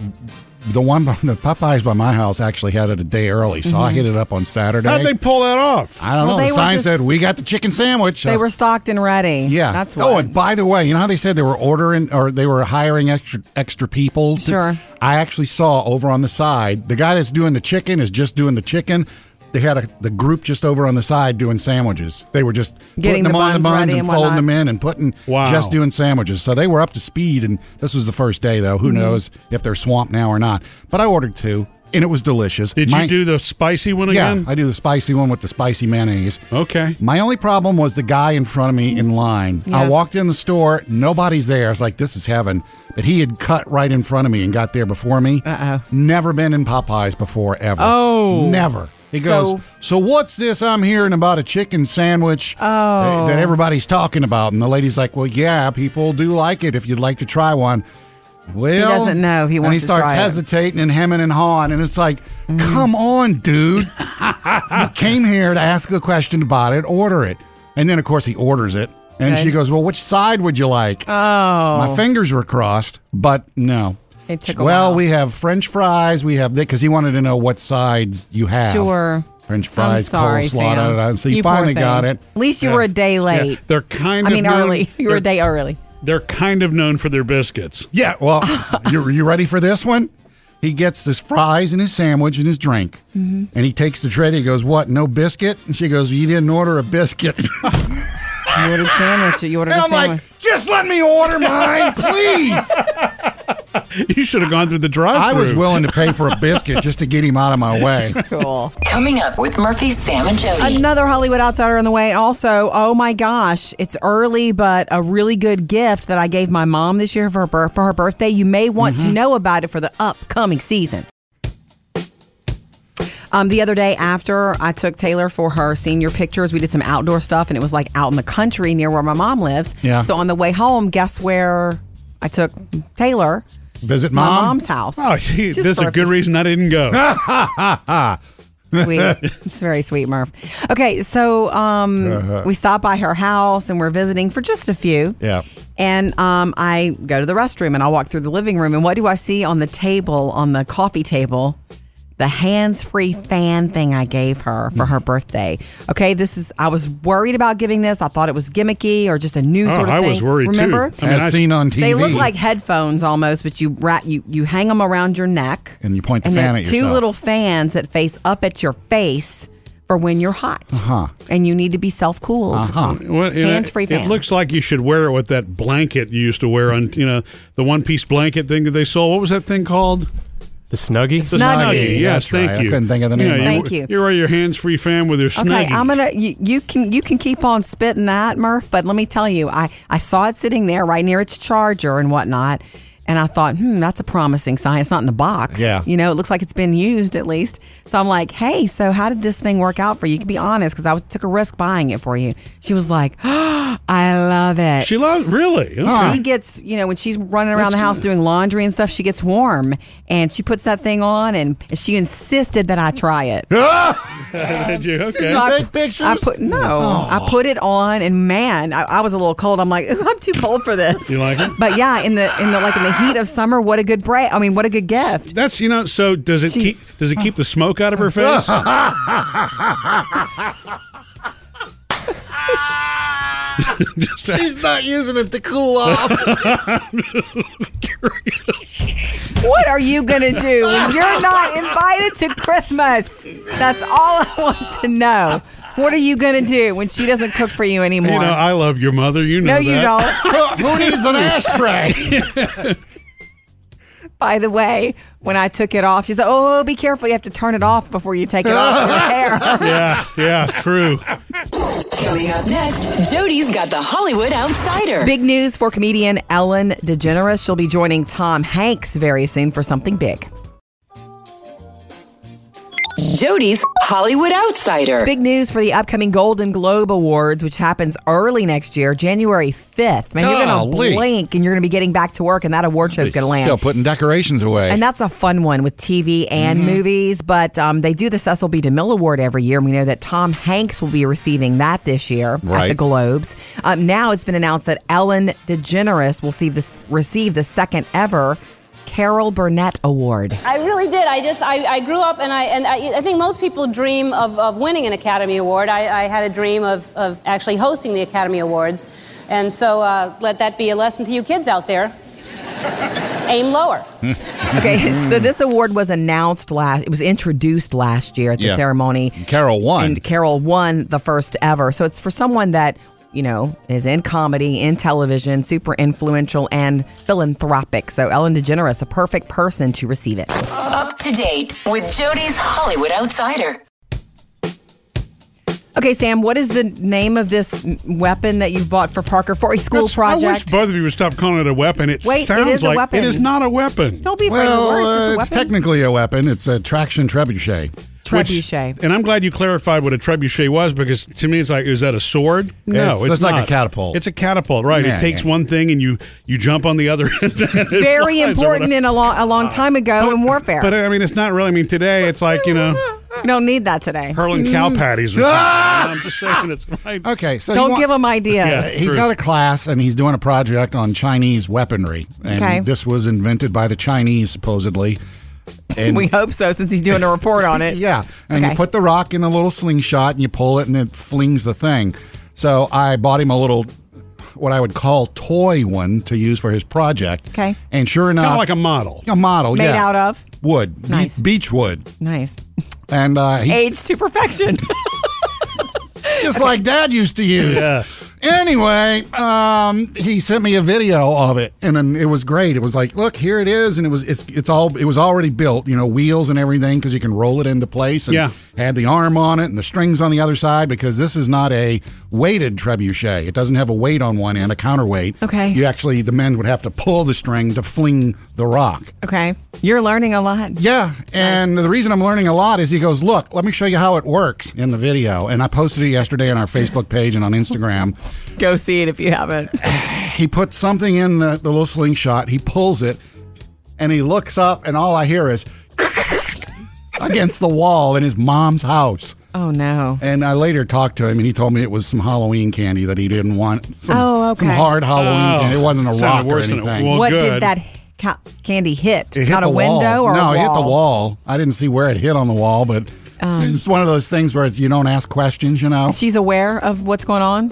S3: the one by- <laughs> the Popeyes by my house actually had it a day early, so I
S2: Mhm.
S3: hit it up on Saturday.
S1: How'd they pull that off?
S3: I don't
S2: Well,
S3: know.
S2: they
S3: The
S2: were
S3: sign
S2: just-
S3: said we got the chicken sandwich. I
S2: They
S3: was-
S2: were stocked and ready.
S3: yeah.
S2: That's
S3: Oh,
S2: what.
S3: and by the way, you know how they said they were ordering or they were hiring extra extra people. to-
S2: Sure.
S3: I actually saw over on the side the guy that's doing the chicken is just doing the chicken. They had a, the group just over on the side doing sandwiches. They were just
S2: Getting
S3: putting
S2: the
S3: them on the
S2: buns
S3: buns
S2: ready
S3: and,
S2: and
S3: folding
S2: whatnot.
S3: them in and putting
S1: Wow.
S3: just doing sandwiches. So they were up to speed. And this was the first day, though. Who
S2: Mm-hmm.
S3: knows if they're swamped now or not? But I ordered two, and it was delicious.
S1: Did
S3: My-
S1: you do the spicy one
S3: yeah,
S1: again?
S3: I do the spicy one with the spicy mayonnaise.
S1: okay.
S3: My only problem was the guy in front of me in line. I
S2: Yes.
S3: walked in the store, nobody's there. I was like, this is heaven. But he had cut right in front of me and got there before me. Uh oh. Never been in Popeyes before, ever.
S2: Oh.
S3: Never. He
S2: So-
S3: goes, So what's this I'm hearing about a chicken sandwich
S2: Oh.
S3: that, that everybody's talking about? And the lady's like, Well, yeah, people do like it if you'd like to try one. Well,
S2: doesn't know. He
S3: and
S2: wants
S3: he
S2: to
S3: starts
S2: try it. Mm-hmm.
S3: hesitating and hemming and hawing, and it's like, come on, dude. you came here to ask a question about it, order it. And then, of course, he orders it. And
S2: Okay.
S3: she goes, Well, which side would you like?
S2: Oh.
S3: My fingers were crossed, but no.
S2: It took a
S3: well,
S2: while.
S3: we have French fries. We have this because he wanted to know what sides you have.
S2: Sure.
S3: French
S2: I'm
S3: fries,
S2: sorry,
S3: coleslaw, da,
S2: Sam.
S3: da, da. So you,
S2: You poor
S3: finally got
S2: thing.
S3: it.
S2: At least you
S1: Yeah.
S2: were a day late.
S1: Yeah. They're kind
S2: I
S1: of
S2: mean,
S1: known-
S2: early. You were a
S1: they're-
S2: day early.
S1: They're kind of known for their biscuits. <laughs>
S3: Yeah,
S2: <laughs>
S3: well, you you ready for this one? He gets his fries and his sandwich and his drink,
S2: Mm-hmm.
S3: and he takes the tray. He goes, "What? No biscuit?" And she goes, "You didn't order a biscuit." <laughs>
S2: You <laughs> ordered sandwich. You ordered
S3: and
S2: a
S3: I'm
S2: sandwich.
S3: like, "Just let me
S2: <laughs>
S3: order mine, please."
S1: You should have gone through the
S3: I
S1: drive
S3: was willing to pay for a biscuit just to get him out of my way.
S2: cool.
S5: Coming up with Murphy, Sam, and Jody.
S2: Another Hollywood outsider on the way. Also, oh my gosh, it's early, but a really good gift that I gave my mom this year for her, bir- for her
S1: Mm-hmm.
S2: birthday. You may want to know about it for the upcoming season. Um, the other day after I took Taylor for her senior pictures, we did some outdoor stuff and it was like out in the country near where my mom lives.
S3: Yeah.
S2: So on the way home, guess where I took Taylor?
S3: Visit
S2: my
S3: mom?
S2: mom's house.
S1: Oh, gee,
S2: Just
S1: this is
S2: for
S1: a good reason I didn't go.
S3: <laughs>
S2: sweet. it's very sweet, Murph. Okay, so um,
S1: Uh-huh.
S2: we stopped by her house and we're visiting for just a few.
S3: Yeah.
S2: And um, I go to the restroom and I walk through the living room. And what do I see on the table, on the coffee table? The hands free fan thing I gave her for her birthday. Okay, this is, I was worried about giving this. I thought it was gimmicky or just a new
S3: Oh,
S2: sort of
S3: I
S2: thing.
S3: was worried too.
S2: Remember?
S3: I mean, As I- seen on
S2: They look
S3: TV.
S2: like headphones almost, but you, ra- you, you hang them around your neck
S3: And you point the
S2: and
S3: fan
S2: they're
S3: at
S2: two
S3: yourself.
S2: little fans that face up at your face for when you're hot.
S3: Uh-huh.
S2: And you need to be self cooled.
S1: Well, you know,
S2: Hands-free
S1: It
S2: fan.
S1: looks like you should wear it with that blanket you used to wear on, you know, the one piece blanket thing that they sold. What was that thing called?
S11: The Snuggie?
S1: The Snuggie. yes,
S3: That's right.
S1: thank
S3: I
S1: you.
S3: couldn't think of the name
S1: Yeah,
S3: of it.
S2: Thank you.
S1: You wear your hands free fan with your Snuggie.
S2: Okay, I'm gonna you, you can you can keep on spitting that, Murph, but let me tell you, I, I saw it sitting there right near its charger and whatnot, and I thought, hmm, that's a promising sign. It's not in the box.
S12: Yeah.
S2: You know, it looks like it's been used at least. So I'm like, hey, so how did this thing work out for you? You can be honest, because I was- took a risk buying it for you. She was like, <gasps> I love it.
S1: She loves really.
S3: Ah.
S2: She gets, you know, when she's running around the house doing laundry and stuff, she gets warm and she puts that thing on and and she insisted that I try it.
S1: Did you? Okay. <laughs>
S2: So I- I put no.
S1: Oh.
S2: I put it on, and man, I, I was a little cold. I'm like, <laughs> "Ooh, I'm too cold for this.
S1: You like it?
S2: But yeah, in the in the like in the heat of summer, what a good break. I mean, what a good gift.
S1: That's you know. So does it keep does it keep the smoke out of
S2: <laughs>
S1: her face?
S3: <laughs> She's not using it to
S2: <laughs>
S3: cool off.
S2: What are you gonna do when you're not invited to Christmas? That's all I want to know. What are you gonna do when she doesn't cook for you anymore?
S1: You know, I love your mother. You know
S2: no, you
S1: that.
S2: don't.
S3: Who needs an ashtray?
S2: By the way, when I took it off, she said, "Oh, be careful! You have to turn it off before you take it off
S1: <laughs>
S2: your hair."
S1: yeah, yeah,
S2: <laughs>
S1: true.
S5: Coming up next, Jody's got the Hollywood Outsider.
S2: Big news for comedian Ellen DeGeneres. She'll be joining Tom Hanks very soon for something big.
S5: Jody's Hollywood
S2: It's
S5: Outsider.
S2: big news for the upcoming Golden Globe Awards, which happens early next year, January 5th. Man, you're going to
S3: Golly.
S2: blink and you're going to be getting back to work, and that award show is going to land.
S3: Still putting decorations away.
S2: And that's a fun one with TV and movies. But um, they do the Cecil B. DeMille Award every year. And we know that Tom Hanks will be receiving that this year at the
S12: Right.
S2: Globes. Um, now it's been announced that Ellen DeGeneres will see this, receive the second ever Carol Burnett Award.
S13: I really did. I just I, I grew up and I and I, I think most people dream of, of winning an Academy Award. I, I had a dream of, of actually hosting the Academy Awards, and so uh, let that be a lesson to you kids out there. Aim lower.
S2: Okay, so this award was announced last. It was introduced last year at the
S3: Yeah.
S2: ceremony.
S3: Carol won.
S2: And Carol won the first ever. So it's for someone that you know is in comedy, in television, super influential and philanthropic. So Ellen DeGeneres, the perfect person to receive it.
S5: Up to date with Jody's Hollywood Outsider.
S2: Okay, Sam, what is the name of this weapon that you bought for Parker for a school
S1: That's-
S2: project?
S1: I wish both of you would stop calling it a weapon. It
S2: Wait, it
S1: sounds
S2: is a
S1: like
S2: weapon.
S1: it is not a weapon.
S2: Don't be afraid
S3: well,
S2: of words.
S3: uh,
S2: it's
S3: it's
S2: a weapon.
S3: technically a weapon. It's a traction trebuchet.
S2: Trebuchet.
S1: And I'm glad you clarified what a trebuchet was because to me it's like, is that a sword? No,
S3: It's-
S1: it's,
S3: it's like a
S1: not.
S3: catapult.
S1: It's a catapult, right?
S3: Yeah,
S1: it takes
S3: yeah.
S1: one thing and you you jump on the other <laughs> end.
S2: Very important in a long, a long time ago in warfare.
S1: Uh, But I mean, it's not really. I mean, today it's like you know
S2: you don't need that today.
S1: hurling cow
S2: Mm.
S1: patties. Or something.
S3: Ah!
S1: I'm just saying
S2: <laughs>
S1: it's right.
S3: Okay, so
S2: don't
S3: you want-
S2: give them ideas.
S1: Yeah,
S3: He's
S1: true.
S3: got a class and he's doing a project on Chinese weaponry. And
S2: Okay.
S3: this was invented by the Chinese, supposedly. And
S2: we hope so, since he's doing a report
S1: <laughs>
S2: on it.
S3: yeah. And
S2: Okay.
S3: you put the rock in a little slingshot and you pull it and it flings the thing. So I bought him a little, what I would call toy one to use for his project.
S2: Okay.
S3: And sure enough,
S1: Kinda like a model.
S3: A model,
S2: Made
S3: yeah.
S2: out of?
S3: wood, Be-
S2: Nice.
S3: beech wood.
S2: Nice.
S3: And uh, he,
S2: Age to perfection. <laughs>
S3: just like Dad used to use.
S1: Yeah.
S3: Anyway, um, he sent me a video of it, and then it was great. It was like, look, here it is, and it was it's it's all it was already built, you know, wheels and everything because you can roll it into place. And
S1: Yeah.
S3: had the arm on it and the strings on the other side because this is not a weighted trebuchet. It doesn't have a weight on one end, a counterweight.
S2: Okay.
S3: you actually the men would have to pull the string to fling the rock.
S2: Okay. You're learning a lot.
S3: Yeah. And the reason I'm learning a lot is he goes, Look, let me show you how it works in the video. And I posted it yesterday on our Facebook page and on Instagram.
S2: Go see it if you haven't.
S3: he puts something in the, the little slingshot, he pulls it, and he looks up, and all I hear is <laughs> against the wall in his mom's house.
S2: <laughs> Oh, no.
S3: And I later talked to him, and he told me it was some Halloween candy that he didn't want. Some,
S2: Oh, okay.
S3: Some hard Halloween
S1: Oh.
S3: candy. It wasn't a
S1: Sounded
S3: rock or
S1: worse than
S3: anything.
S1: it- well,
S2: what
S1: good.
S2: did that ca- candy hit?
S3: It hit
S2: Not
S3: the
S2: a window
S3: wall.
S2: or a wall?
S3: no,
S2: Um,
S3: it hit the wall. I didn't see where it hit on the wall, but it's one of those things where it's, you don't ask questions. You know,
S2: She's aware of what's going on.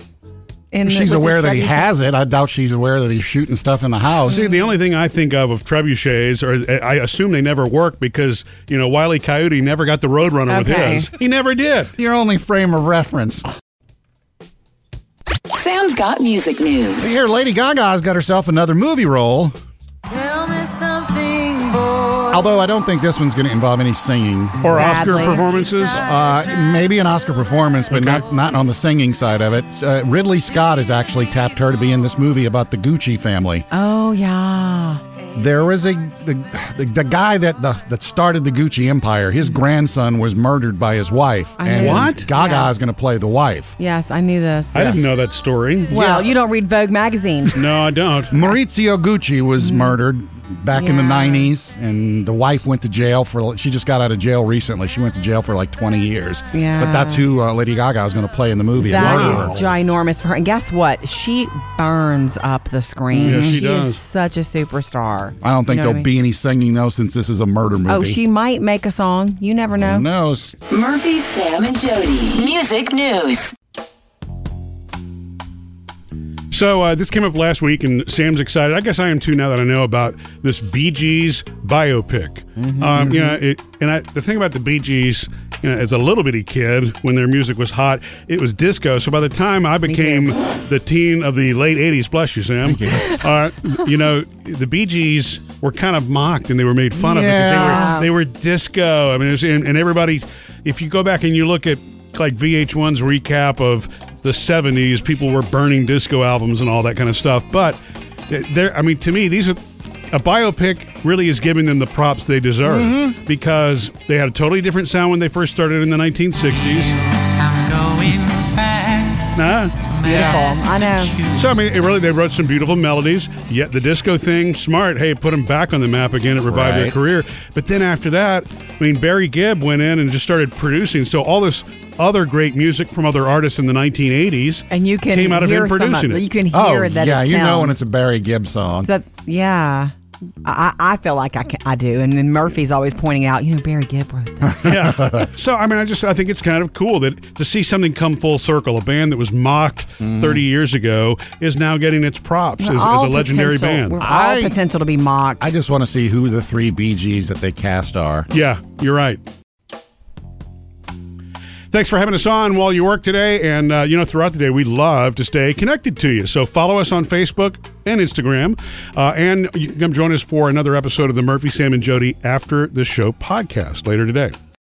S2: In the- with
S3: she's
S2: this
S3: aware that he
S2: trebuchet?
S3: has it. I doubt she's aware that he's shooting stuff in the house.
S1: See, the only thing I think of of trebuchets, or I assume they never work because you know Wiley Coyote never got the Roadrunner
S2: Okay.
S1: with his. He never did.
S3: Your only frame of reference.
S5: Sam's got music news.
S3: Here, Lady Gaga's got herself another movie role.
S5: Tell me something, boy.
S3: Although I don't think this one's going to involve any singing
S1: Or
S2: Sadly.
S1: Oscar performances.
S3: Uh, maybe an Oscar performance, but not not on the singing side of it. Uh, Ridley Scott has actually tapped her to be in this movie about the Gucci family.
S2: Oh, yeah.
S3: There was a the, the, the guy that the, that started the Gucci empire. His grandson was murdered by his wife.
S2: I
S3: and
S2: know.
S1: What?
S3: Gaga
S2: Yes.
S3: is going to play the wife.
S2: Yes, I knew this.
S1: I didn't know that story.
S2: well, you don't read Vogue
S3: <laughs>
S2: magazine.
S1: No, I don't.
S3: Maurizio Gucci was murdered back in the
S2: Mm. Yeah.
S3: 90s, and the wife went to jail for. She just got out of jail recently. She went to jail for like 20 years.
S2: Yeah.
S3: But that's who uh, Lady Gaga is going to play in the movie.
S2: That
S3: Wow.
S2: is ginormous for her. And guess what? She burns up the screen.
S1: Yeah, she
S2: is
S1: does.
S2: such a superstar.
S3: I don't think
S2: You know what
S3: there'll
S2: I mean?
S3: be any singing though, since this is a murder movie.
S2: Oh, she might make a song. You never know.
S3: Who knows?
S5: Murphy, Sam, and Jody. Music news.
S1: So uh, this came up last week, and Sam's excited. I guess I am too now that I know about this Bee Gees biopic.
S3: Mm-hmm,
S1: Um, you know, it, and I, the thing about the Bee Gees, you know, as a little bitty kid when their music was hot, it was disco. So by the time I became the teen of the late '80s, bless you, Sam.
S3: Thank you.
S1: Uh, you know, the Bee Gees were kind of mocked and they were made fun
S3: Yeah.
S1: of because they were they were disco. I mean, it was, and, and everybody, if you go back and you look at like VH1's recap of the '70s, people were burning disco albums and all that kind of stuff. But there, I mean, to me, these are. A biopic really is giving them the props they deserve
S2: Mm-hmm.
S1: because they had a totally different sound when they first started in the 1960s. Nah,
S2: Beautiful. I know.
S1: so I mean, it really they wrote some beautiful melodies. Yet the disco thing, smart. Hey, put them back on the map again. It revived their
S3: Right.
S1: career. But then after that, I mean, Barry Gibb went in and just started producing. So all this other great music from other artists in the 1980s
S2: And you can
S1: came out of
S2: hear
S1: him producing
S2: some,
S1: it.
S2: You can hear
S3: Oh,
S2: that.
S3: yeah,
S2: it
S3: you know
S2: sounds-
S3: when it's a Barry Gibb song.
S2: that. Yeah. I, I I feel like I, can, I do. And then Murphy's always pointing out, you know, Barry Gibb wrote that.
S1: <laughs> yeah. So I mean, I just I think it's kind of cool that to see something come full circle. A band that was mocked 30 years ago is now getting its props as, as
S2: Mm-hmm. All
S1: a legendary
S2: potential-
S1: band.
S2: We're all
S3: I-
S2: potential to be mocked.
S3: I just want to see who the three BGs that they cast are.
S1: Yeah, you're right. Thanks for having us on while you work today. And, uh, you know, throughout the day, we love to stay connected to you. So follow us on Facebook and Instagram. Uh, and you can come join us for another episode of the Murphy, Sam, and Jody After the Show podcast later today.